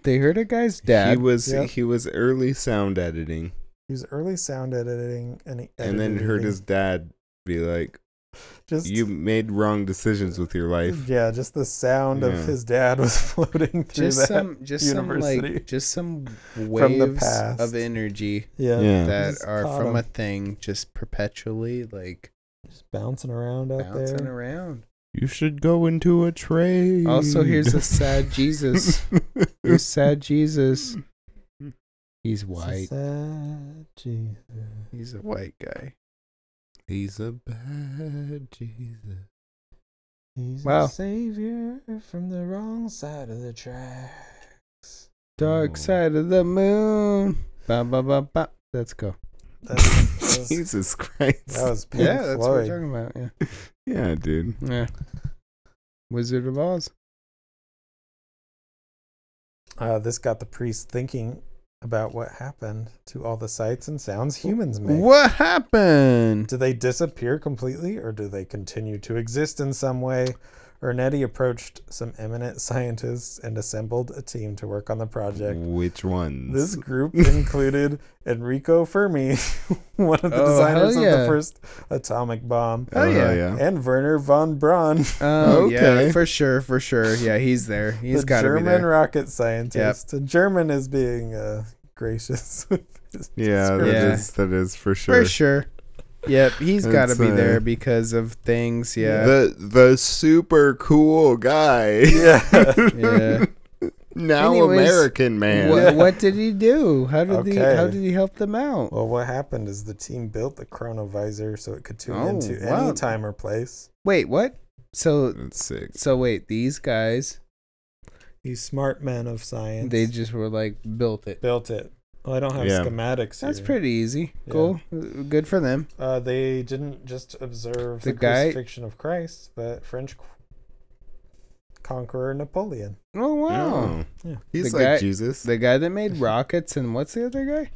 D: they heard a guy's dad.
B: He was
A: Yep.
B: he was early sound editing,
A: He was early sound editing and he
B: and then heard his dad be like,
A: just
B: "You made wrong decisions with your life."
A: yeah, just the sound
B: Yeah.
A: of his dad was floating through
D: just
A: that.
D: some just some
A: university.
D: like just some
A: the
D: waves
A: past.
D: of energy
A: yeah.
B: Yeah.
D: that
A: Just
D: are
A: caught
D: from a
A: him.
D: thing just perpetually like
A: just bouncing around out
D: bouncing
A: there.
D: around.
B: You should go into a trade.
D: Also, here's a sad Jesus. Here's sad Jesus. He's white.
A: Society.
D: He's a white guy.
B: He's a bad Jesus.
A: He's
D: Wow.
A: a savior from the wrong side of the tracks.
D: Dark
B: Oh.
D: side of the moon. Ba ba ba ba. Let's go.
A: That's- That was,
B: Jesus Christ.
A: that was Pink
D: Yeah, that's what we're
A: Floyd.
D: talking about. Yeah.
B: yeah, dude.
D: Yeah. Wizard of Oz.
A: uh, this got the priest thinking about what happened to all the sights and sounds humans make.
D: What happened?
A: Do they disappear completely or do they continue to exist in some way? Ernetti approached some eminent scientists and assembled a team to work on the project.
B: Which ones?
A: This group included Enrico Fermi, one of the
D: Oh,
A: designers of
D: hell yeah.
A: the first atomic bomb,
B: Oh,
D: Oh, yeah.
B: yeah.
A: and Werner von Braun,
D: Oh
B: Okay.
D: yeah, for sure, for sure. Yeah, he's there. He's
A: the
D: got to be
A: German
D: there.
A: rocket scientist. And German is being uh, gracious. with his
B: Yeah, that is
D: Yeah.
B: that is for sure.
D: For sure. Yep, he's got to
B: It's,
D: be
B: uh,
D: there because of things. Yeah.
B: The the super cool guy.
A: Yeah.
D: Yeah.
B: now
D: Anyways,
B: American man.
D: What, what did he do? How did he?
A: Okay.
D: How did he help them out?
A: Well, what happened is the team built the chronovisor so it could tune
D: Oh,
A: into
D: wow.
A: any time or place.
D: Wait, what? So,
B: That's sick.
D: so wait, these guys,
A: These smart men of science
D: they just were like built it.
A: built it. Well, I don't have
B: Yeah.
A: schematics.
D: That's
A: here.
D: pretty easy.
A: Yeah.
D: Cool. Good for them.
A: Uh, they didn't just observe
D: The
A: the,
D: guy-
A: crucifixion of Christ, but French c- conqueror Napoleon.
D: Oh wow.
B: Oh.
A: Yeah.
B: He's
D: The
B: like
D: guy-
B: Jesus.
D: The guy that made rockets and what's the other guy?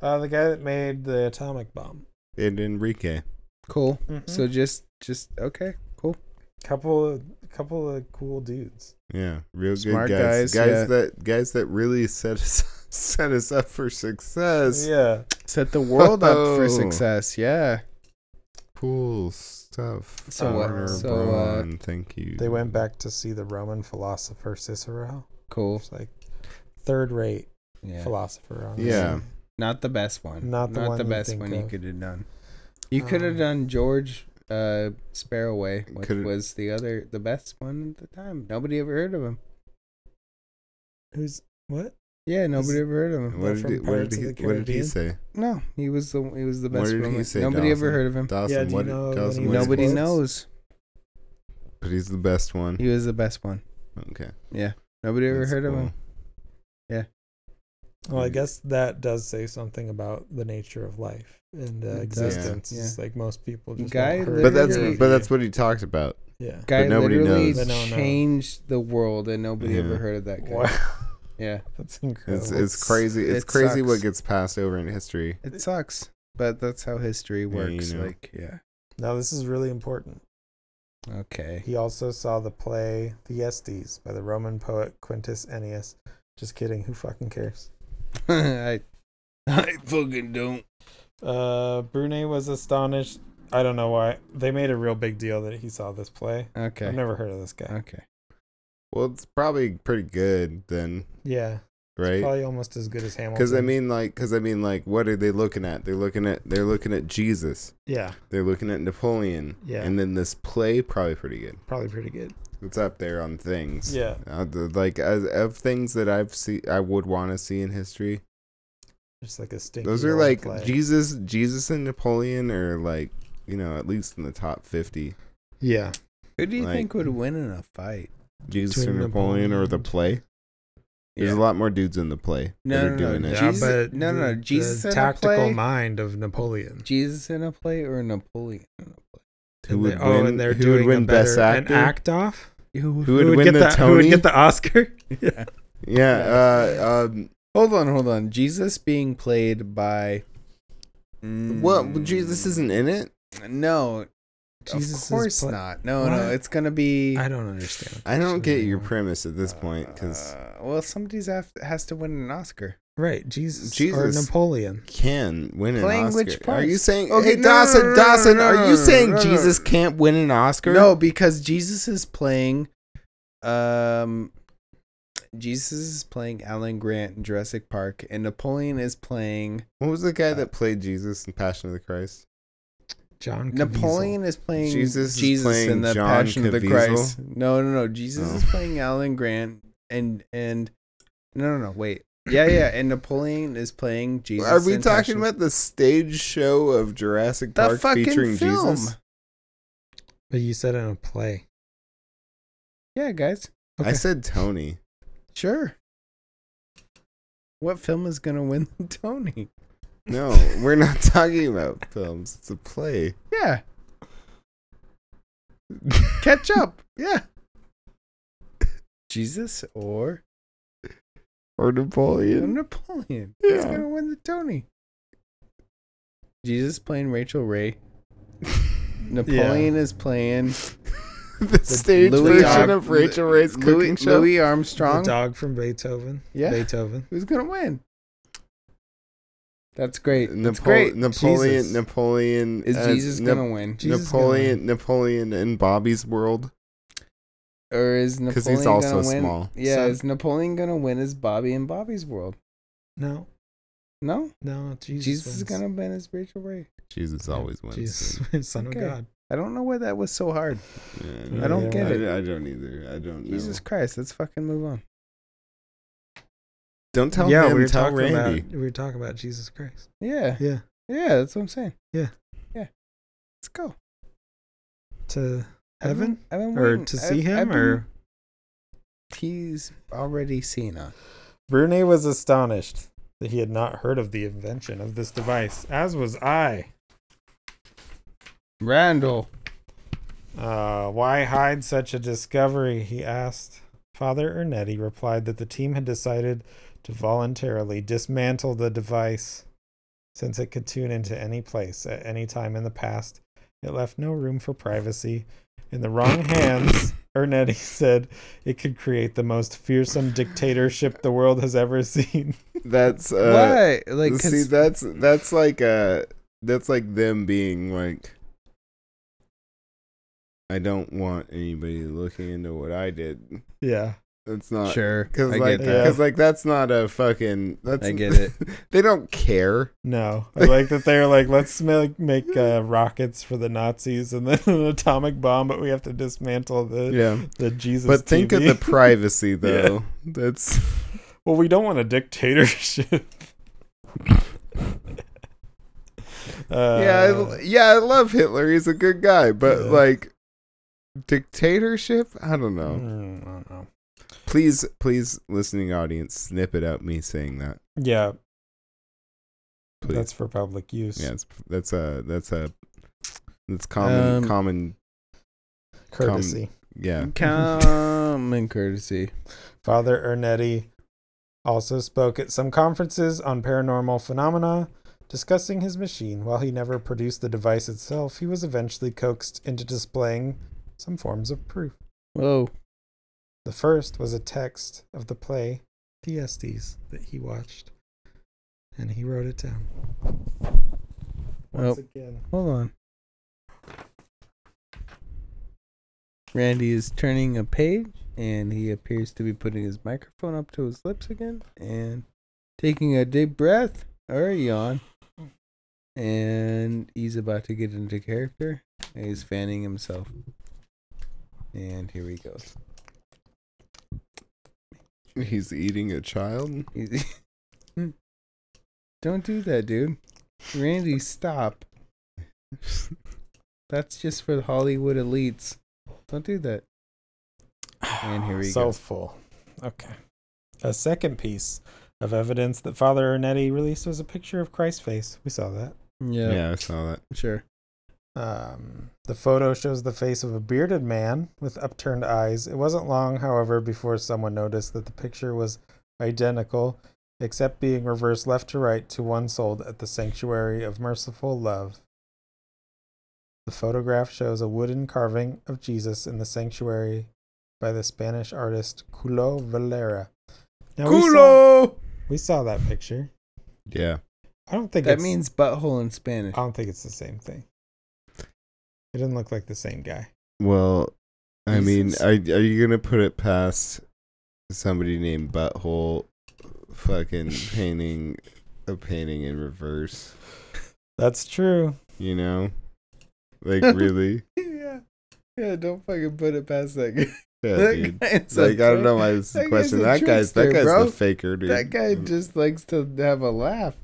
A: Uh, the guy that made the atomic bomb.
B: and Enrique.
D: Cool.
A: Mhm.
B: Mm-hmm.
D: So just, just okay. Cool.
A: couple of couple of cool dudes.
B: Yeah. Real
D: Smart
B: good guys.
D: guys,
B: Guys,
D: yeah.
B: that guys that really set us set us up for success.
A: Yeah.
D: Set the world up for
B: Oh.
D: success. Yeah.
B: Cool stuff. stuff.
D: So
A: what-
B: Werner
D: so, uh,
B: Braun, thank you.
A: They went back to see the Roman philosopher Cicero.
D: Cool.
A: It's like third rate
D: Yeah.
A: philosopher. Honestly.
B: Yeah.
D: Not the best one.
A: Not the one you
D: best
A: think
D: one you
A: of.
D: could have done. You could have
A: Um,
D: done George uh, Sparrowway, which
B: Could've-
D: was the other, the best one at the time. Nobody ever heard of him.
A: Who's what?
D: Yeah, nobody ever heard of him.
B: What
A: They're
B: did,
A: from
B: he, what,
A: Pirates
B: did
A: of
B: he,
A: the
B: what did he
A: Caribbean.
B: say?
D: No, he was the he was the
B: What
D: best
B: did
D: one.
B: he say?
D: Nobody ever
B: Dawson?
D: heard of him.
B: Dawson,
A: Yeah, do you
B: what,
A: know
B: Dawson,
A: when he
B: what is-
A: was-
D: Nobody
A: quotes?
D: knows.
B: But he's the best one.
D: He was the best one.
B: Okay.
D: Nobody ever
B: that's
D: heard of him.
B: cool.
A: Well, I
B: Mm.
A: guess that does say something about the nature of life and uh,
D: It does.
B: Yeah.
A: existence.
D: Yeah.
A: It's Like most people just
D: Guy
A: won't heard
B: But that's
A: of
D: Literally-
B: but
A: you.
B: that's what he talked about.
A: yeah.
D: Guy
B: nobody
D: literally
B: knows.
A: They don't know.
D: changed the world, and nobody ever
B: Yeah.
D: heard of that guy.
A: Wow,
D: Yeah,
A: that's
B: It's
A: incredible.
B: it's crazy. It's
D: it
B: crazy what
D: sucks.
B: gets passed over in history.
D: it sucks, but that's how history
B: Yeah, you
D: works.
B: know.
D: Like, yeah,
A: Now this is really important.
D: okay,
A: He also saw the play Thyestes by the Roman poet Quintus Ennius. Just kidding. Who fucking cares?
D: I, I fucking don't.
A: Uh, Brune was astonished. I don't know why they made a real big deal that he saw this play. I've
D: Okay,
A: never heard of this guy.
D: okay.
B: Well, it's probably pretty good then,
A: Yeah,
B: right?
A: probably almost as good as Hamilton.
B: Because I mean, like, because I mean, like, what are they looking at? They're looking at they're looking at Jesus.
A: yeah,
B: They're looking at Napoleon.
A: Yeah.
B: And then this play, probably pretty good.
A: probably pretty good.
B: It's up there on things.
A: Yeah,
B: Uh, the- like as of things that I've see, I would want to see in history.
A: just like a stinky.
B: Those are
A: old
B: like
A: play.
B: Jesus, Jesus and Napoleon are like you know at least in the top fifty.
A: Yeah,
D: Who do you
B: Like- mm.
D: think would win in a fight?
B: Jesus
A: Between
B: and Napoleon, or the
A: Napoleon.
B: play. There's a lot more dudes in the play
D: No,
B: that are
D: no, no,
B: doing it.
D: Jesus- no, no, no, Jesus in a
A: tactical
D: play?
A: mind of Napoleon.
D: Jesus in a play or Napoleon in a
B: Who
A: And
B: would
A: they- oh,
B: win-
A: and they're
B: who would
A: doing
B: win
A: a
B: Best
A: better- an
B: Actor?
A: act off.
D: play?
B: Who would, win
A: get
B: the,
A: the,
B: Tony?
A: Who would get the Oscar?
D: Yeah.
B: yeah. Uh, um,
D: Hold on, hold on. Jesus being played by. mm,
B: Well, Jesus isn't in it.
D: No,
A: Jesus is
D: of course
A: play-
D: not. No, no,
A: What?
D: it's gonna be.
A: I don't understand. what
B: I
A: this
B: don't
A: shit
B: get
A: is
B: your
A: anymore.
B: premise at this point because
D: uh, well, somebody's have, has to win an Oscar.
A: right. Jesus, or
B: Jesus.
A: Napoleon.
B: can win an
D: Playing
B: Oscar.
D: which
B: Are you
D: parts?
B: saying
D: Okay,
B: okay,
D: no, no,
B: Dawson?
D: no, no,
B: Dawson,
D: no, no,
B: are
D: no,
B: you saying
D: no, no,
B: Jesus
D: no.
B: can't win an Oscar?
D: No, because Jesus is playing. Um, Jesus is playing Alan Grant in Jurassic Park, and Napoleon is playing.
B: What was the guy
D: Uh,
B: that played Jesus in Passion of the Christ?
A: John Caviezel.
D: Napoleon is playing
B: Jesus
D: Jesus,
B: is playing
D: in the
B: John
D: Passion of the
B: Caviezel?
D: Christ. No, no, no. Jesus
B: Oh.
D: is playing Alan Grant, and and no, no, no. Wait, yeah, yeah. And Napoleon is playing Jesus.
B: Are we
D: in
B: talking
D: Passion-
B: about the stage show of Jurassic
D: the
B: Park
D: fucking
B: featuring
D: film?
B: Jesus?
A: But you said in a play.
D: Yeah, guys.
B: I said Tony.
D: Sure. What film is gonna win the Tony?
B: No, we're not talking about films. It's a play.
D: Yeah. Catch up. Yeah. Jesus or
B: Or Napoleon.
D: Napoleon. Who's
B: Yeah.
D: gonna win the Tony? Jesus playing Rachel Ray. Napoleon is playing
B: the stage
D: Louis
B: version
D: Ar-
B: of Rachel Ray's
D: Louis,
B: cooking show.
D: Louis
A: The
D: Armstrong.
A: dog from Beethoven.
D: Yeah.
A: Beethoven.
D: Who's gonna win? That's great. That's
B: Napo-
D: great.
B: Napoleon.
A: Jesus.
B: Napoleon
D: Is
B: uh,
D: Jesus
B: Nap-
D: gonna win?
A: Jesus is gonna
B: Napoleon. Napoleon in Bobby's world.
D: Or is Napoleon
B: 'Cause he's also
D: gonna win?
B: small.
D: Yeah,
A: So-
D: is Napoleon gonna win as Bobby in Bobby's world?
A: No,
D: No,
A: no, Jesus.
D: Jesus, is
A: wins.
D: gonna win as Rachel Ray.
B: Jesus
A: Yeah,
B: always wins.
A: Jesus, wins, son
D: Okay.
A: of God.
D: I don't know why that was so hard.
B: Yeah,
A: I don't get
D: it.
B: I, I don't either. I don't know.
D: Jesus Christ, let's fucking move on.
B: Don't tell
A: yeah,
B: him.
A: we were
B: tell
A: talking
B: Randy.
A: about we were talking about Jesus Christ.
D: Yeah,
A: Yeah,
D: yeah, that's what I'm saying.
A: Yeah.
D: yeah. Let's go.
A: to
D: I've
A: heaven
D: been- I've been
A: or
D: waiting-
A: to
D: I've-
A: see
D: I've
A: him
D: been-
A: or.
D: he's already seen us.
A: Brune was astonished that he had not heard of the invention of this device, as was I.
D: Randall.
A: Uh, why hide such a discovery? He asked. Father Ernetti replied that the team had decided to voluntarily dismantle the device since it could tune into any place at any time in the past. It left no room for privacy. In the wrong hands, Ernetti said it could create the most fearsome dictatorship the world has ever seen.
B: That's uh,
D: Why? Like, cause,
B: see, that's that's like uh, that's like them being like, I don't want anybody looking into what I did.
A: Yeah.
B: That's not
D: sure.
B: uh, Cause
D: I
B: like,
D: get that.
B: cause like that's not a fucking. That's
D: I get it.
B: they don't care.
A: No, I like that they're like, let's make make uh, rockets for the Nazis and then an atomic bomb, but we have to dismantle the
B: Yeah,
A: the Jesus.
B: but think of
A: TV.
B: the privacy though. That's
A: well, we don't want a dictatorship. uh,
B: yeah, I, yeah. I love Hitler. He's a good guy, but
A: Yeah.
B: like dictatorship. I don't know.
A: mm, I don't know.
B: Please, please, listening audience, snip it up me saying that.
A: Yeah,
B: Please.
A: that's for public use.
B: yeah, it's, that's a that's a that's common
D: Um,
B: common
A: Courtesy.
B: yeah.
D: Common courtesy.
A: Father Ernetti also spoke at some conferences on paranormal phenomena, discussing his machine. While he never produced the device itself, he was eventually coaxed into displaying some forms of proof.
D: Whoa.
A: The first was a text of the play Thyestes that he watched, and he wrote it down. Once
D: Oh.
A: again,
D: Hold on. Randy is turning a page and he appears to be putting his microphone up to his lips again and taking a deep breath or a yawn. And he's about to get into character. And he's fanning himself. And here he goes.
A: mm.
B: He's eating a child.
D: He's- Don't do that, dude. Randy, stop. That's just for the Hollywood elites. Don't do that. And here we
A: so
D: go.
A: full. Okay. A second piece of evidence that Father Ernetti released was a picture of Christ's face. We saw that.
D: Yeah,
B: Yeah, I saw that.
D: sure.
A: Um, the photo shows the face of a bearded man with upturned eyes. It wasn't long, however, before someone noticed that the picture was identical, except being reversed left to right to one sold at the Sanctuary of Merciful Love. The photograph shows a wooden carving of Jesus in the sanctuary by the Spanish artist Culo Valera. Now we saw,
D: Culo!
A: we saw that picture.
B: Yeah.
A: I don't think
D: That
A: it's,
D: means butthole in Spanish.
A: I don't think it's the same thing. It didn't look like the same guy.
B: Well, I mean,
A: Jesus.
B: are, are you gonna put it past somebody named Butthole fucking painting a painting in reverse?
A: That's true.
B: You know, like really?
D: yeah. Yeah, don't fucking put it past that guy.
B: Yeah,
D: That
B: dude.
D: guy's a
B: Like I don't know why this is
D: that
B: a
D: guy's
B: question.
D: a
B: That guy's that guy's
D: trickster, bro.
B: the Mm. faker,
D: prick.
B: dude.
D: That guy just likes to have a laugh.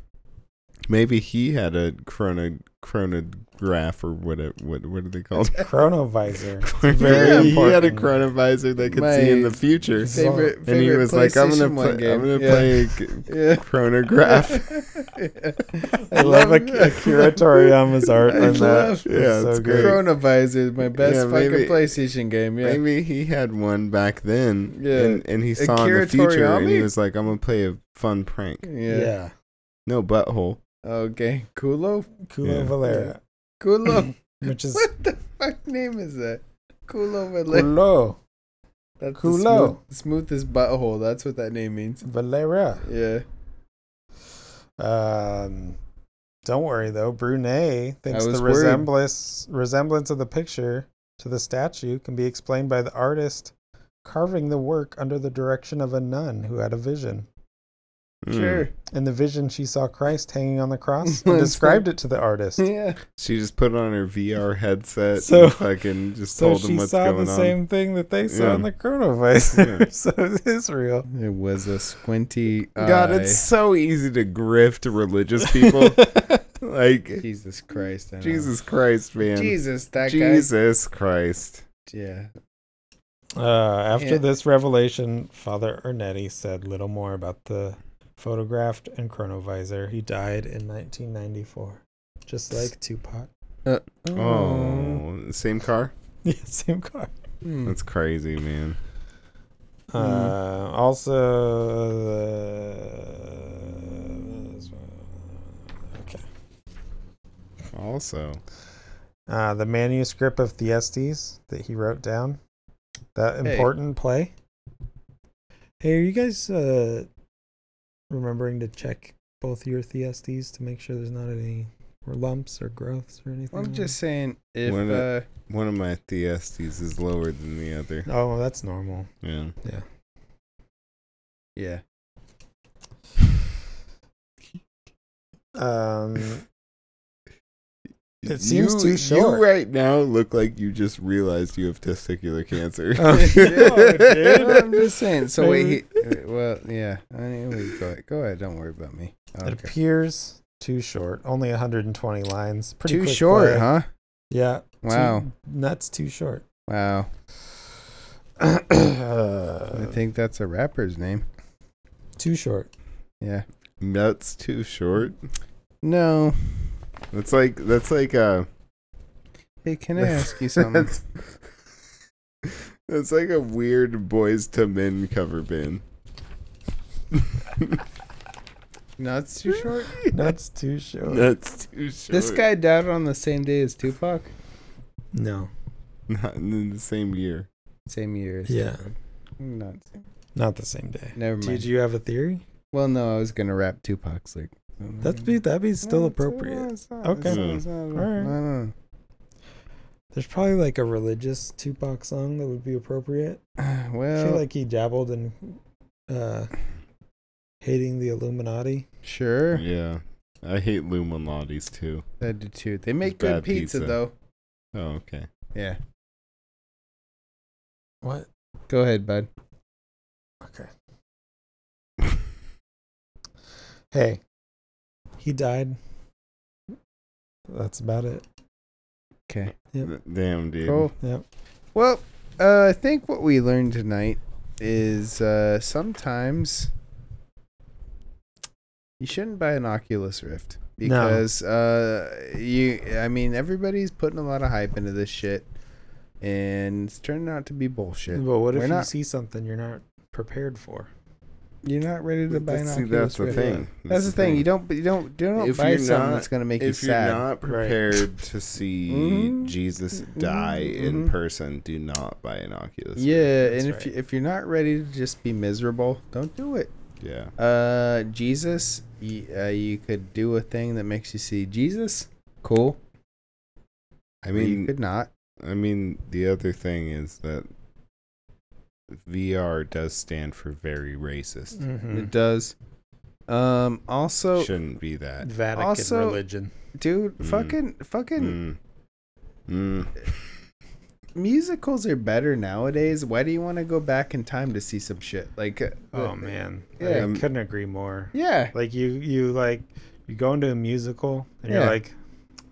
B: maybe he had a chrono chronograph or whatever. What what are they called?
A: Chronovisor. Very
B: Very he had a
A: important.
B: chronovisor that could see in
D: My
B: the future,
A: It's
D: Favorite,
B: and he
D: favorite
B: was like, "I'm gonna
D: PlayStation
B: play,
D: one game.
B: I'm gonna
D: Yeah.
B: play a g-
D: Yeah.
B: chronograph."
A: I love Ak-
D: it.
A: Akira Toriyama's art
D: I
A: on that.
D: love
B: Yeah,
A: so
B: it's
A: great.
B: great.
D: Chronovisor is my best
B: Yeah,
D: fucking
B: maybe-
D: PlayStation game. Yeah.
B: Maybe he had one back then.
D: Yeah.
B: And, and he saw
D: Akira
B: in the future and he
D: Toriyami?
B: was like, I'm going to play a fun prank.
D: yeah.
A: Yeah.
B: No butthole.
D: Okay. Kulo?
A: Culo
B: Yeah.
A: Valera,
D: Kulo?
A: which is
D: what the fuck name is that? Kulo Valera.
A: Culo
D: That's the
A: Kulo.
D: smooth- smoothest butthole. That's what that name means.
A: Valera.
D: Yeah.
A: Um, don't worry though. Brunei thinks
D: I
A: the
D: was worried.
A: resemblance resemblance of the picture to the statue can be explained by the artist carving the work under the direction of a nun who had a vision. Hmm.
B: Mm.
D: Sure.
A: In the vision, she saw Christ hanging on the cross and
D: That's
A: described it to the artist.
D: Yeah.
B: She just put on her VR headset
A: So-
B: and fucking just
A: So
B: told him
A: she
B: what's
A: saw
B: going
A: the same thing that they saw
B: Yeah.
A: in the coronavirus. so it is real.
D: It was a squinty.
B: on. God, it's so easy to grift religious people. like,
D: Jesus Christ. I know.
B: Jesus Christ, man.
D: Jesus, that
B: Jesus Christ.
D: guy. Yeah.
A: Uh, after
D: Yeah.
A: this revelation, Father Ernetti said little more about the photographed and chronovisor. He died in 1994, just like Tupac.
B: Oh, same car?
A: Uh, Yeah, same car.
D: Hmm.
B: That's crazy, man.
A: Uh, also, uh, okay.
B: Also,
A: Uh, the manuscript of Thyestes that he wrote down. That
D: Hey.
A: important play. Hey, are you guys uh, remembering to check both your Thyestes to make sure there's not any or lumps or growths or anything.
D: I'm
A: like-
D: just saying, if
B: Why not?
D: uh,
B: One of my theistes is lower than the other.
A: Oh, well, that's normal.
B: Yeah.
D: yeah,
A: Um, It
B: You-
A: seems too short.
B: You right now look like you just realized you have testicular cancer.
A: Oh,
D: Well,
A: dude.
D: I'm just saying. So wait,
A: Maybe.
D: he, uh, well, yeah. Anyway, go ahead. Go ahead. Don't worry about me.
A: it
D: Okay.
A: appears too short. Only 120 lines. Pretty
D: Too
A: quick
D: short,
A: play.
D: huh?
A: Yeah. too-
D: Wow.
A: Nuts too short.
D: Wow. I
A: Uh,
D: think that's a rapper's name.
A: too short.
D: Yeah.
B: Nuts too short.
D: No.
B: That's like that's like uh
D: Hey, can I ask you something?
B: that's, that's like a weird boys to men cover bin.
D: Nuts too short.
A: Nuts too short.
B: Nuts too short.
D: This guy died on the same day as Tupac.
A: No.
B: not in the same year.
D: Same year. As
A: Yeah.
D: Not.
A: Not the same day.
D: Never mind.
A: Did you have a theory?
D: Well, no, I was gonna rap Tupac's like.
A: That'd be that'd be still
D: No, it's- no,
A: appropriate.
D: it's not,
A: Okay.
D: it's not, it's not,
A: right.
D: no, no, no.
A: There's probably like a religious Tupac song that would be appropriate.
D: Uh,
A: I
D: Well,
A: feel like he dabbled in uh, hating the Illuminati.
D: sure.
B: Yeah. I hate Luminati's too.
D: I did too. They make
B: Bad
D: good pizza,
B: pizza.
D: though.
B: Oh, okay.
D: Yeah.
A: What?
D: Go ahead, bud.
A: Okay. Hey, he died. That's about it.
D: Okay.
A: Yep.
B: Th- Damn dude.
D: Cool.
A: Yep.
D: Well, uh, I think what we learned tonight is uh, sometimes you shouldn't buy an Oculus Rift because uh, you. I mean, everybody's putting a lot of hype into this shit, and it's turning out to be bullshit.
A: But what if
D: We're
A: you
D: not-
A: see something you're not prepared for?
D: You're not ready to buy an
B: That's- see,
D: Oculus
B: that's the
D: Rift.
B: thing.
D: That's the thing. You don't. You don't. You don't
B: If
D: buy
B: you're
D: something
B: not-
D: that's gonna make you
B: if you're
D: sad.
B: not prepared to see
D: Mhm.
B: Jesus
D: Mhm.
B: die in
D: Mhm.
B: person, do not buy an Oculus.
D: yeah,
A: That's
D: and if
A: right.
D: you, if you're not ready to just be miserable, don't do it.
B: Yeah.
D: Uh, Jesus, y- uh, you could do a thing that makes you see Jesus. Cool.
B: I
D: I mean, you
B: mean,
D: could not.
B: I mean, the other thing is that VR does stand for very racist.
A: mm.
D: It does. Um. Also,
B: Shouldn't be that.
A: Vatican
D: Also-
A: religion.
D: dude,
B: Mm.
D: fucking, fucking
B: Mm. Mm.
D: musicals are better nowadays. Why do you want to go back in time to see some shit? Like, uh,
A: Oh man,
D: Yeah.
A: I couldn't agree more.
D: yeah,
A: Like you, you like you go into a musical and you're
D: Yeah.
A: like,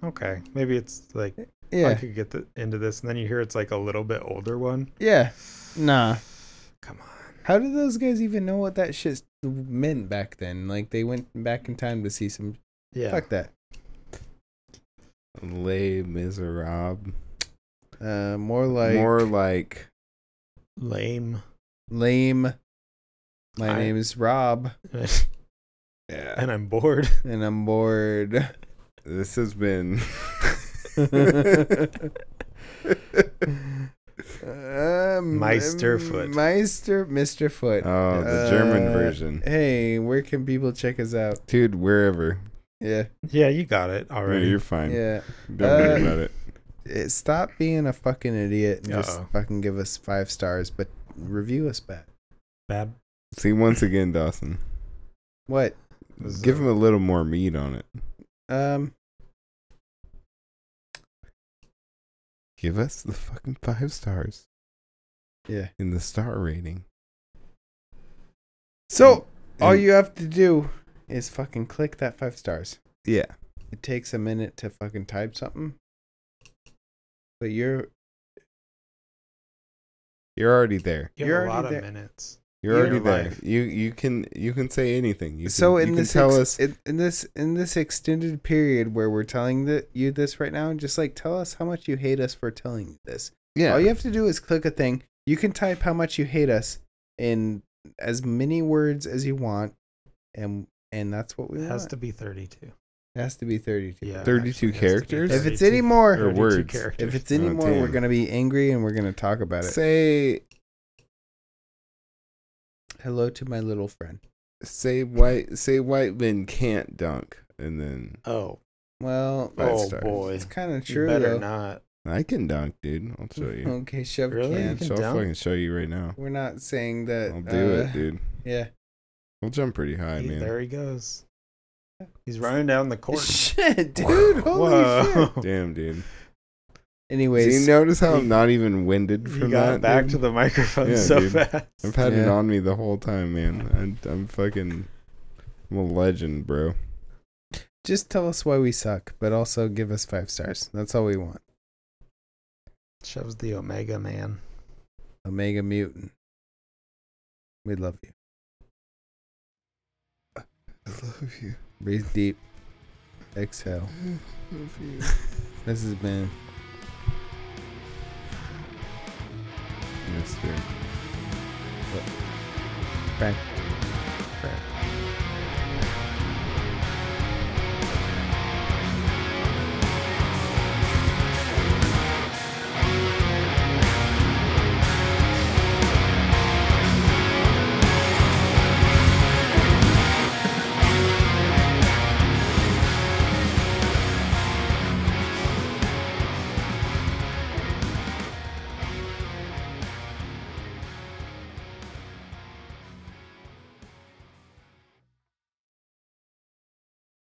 A: okay, maybe it's like
D: yeah,
A: I could get the, into this, and then you hear it's like a little bit older one.
D: yeah. Nah.
A: Come on,
D: How did those guys even know what that shit meant back then? Like, they went back in time to see some.
A: yeah,
D: Fuck that.
B: Les Miserables.
D: Uh, more like
B: More like
A: lame.
D: lame. My
A: I-
D: name is Rob.
B: yeah.
A: and I'm bored.
D: and I'm bored.
B: This has been uh,
D: Um,
A: Meisterfoot.
D: Meister, Mr. Foot.
B: Oh, the German
D: Uh,
B: version.
D: Hey, where can people check us out?
B: Dude, wherever.
D: Yeah,
A: yeah, you got it
B: Yeah,
A: already.
B: you're fine.
D: yeah.
B: Don't worry
D: Uh,
B: about it.
D: It, stop being a fucking idiot and just
A: Uh-oh.
D: fucking give us five stars, but review us back.
A: Bad.
B: See, once again, Dawson,
D: What?
A: was,
B: give
A: uh,
B: him a little more meat on it.
D: Um,
B: Give us the fucking five stars
D: yeah.
B: in the star rating.
D: So all
B: And-
D: you have to do is fucking click that five stars.
B: Yeah.
D: It takes a minute to fucking type something, but you're
B: You're already there.
A: You
D: You're
A: have a lot
D: already
A: of
D: there.
A: minutes.
B: You're
D: You're
B: already there.
A: alive.
B: You you can you can say anything. You can,
D: so in
B: you
D: this
B: can tell us
D: ex- in, in this in this extended period where we're telling the, you this right now, just like tell us how much you hate us for telling you this.
B: yeah
D: All you have to do is click a thing. You can type how much you hate us in as many words as you want, and and that's what we
A: It has
D: want.
A: to be 32.
D: it has to be thirty-two.
A: Yeah,
B: 32
A: actually has to be
B: characters?
D: If it's
A: 32
D: any more- Or
A: 32
B: words.
A: characters.
D: If it's any
B: Oh,
D: more, we're
B: damn.
D: gonna be angry and we're gonna talk about it.
B: say
D: Hello to my little friend.
B: say white say white men can't dunk and then
A: oh
D: Well,
B: Five
A: oh
B: stars.
A: boy,
D: it's kind of
A: You
D: true
A: better
D: though.
A: not.
B: I can dunk, dude. I'll show you.
D: Okay, Chef
A: Really? You
D: can.
A: can
B: so I'll
A: dunk?
B: fucking show you right now.
D: We're not saying that.
B: I'll do
D: uh,
B: it, dude.
D: Yeah.
B: We'll jump pretty high,
A: He-
B: man.
A: there he goes. He's running down the court.
D: Shit, dude. Holy shit.
A: Whoa!
B: Damn, dude.
D: Anyways,
B: Do you notice how I'm not even winded
A: He
B: from
A: got
B: that?
A: back
B: dude?
A: to the microphone
B: Yeah,
A: so
B: dude.
A: fast.
B: I've had it
D: Yeah.
B: on me the whole time, man. I, I'm fucking. I'm a legend, bro.
D: just tell us why we suck, but also give us five stars. That's all we want.
A: Shoves the Omega Man.
D: Omega Mutant. We love you.
B: I love you.
D: Breathe deep. Exhale.
B: love you.
D: This has been
B: yes, dude.
D: Frank.
A: Crap.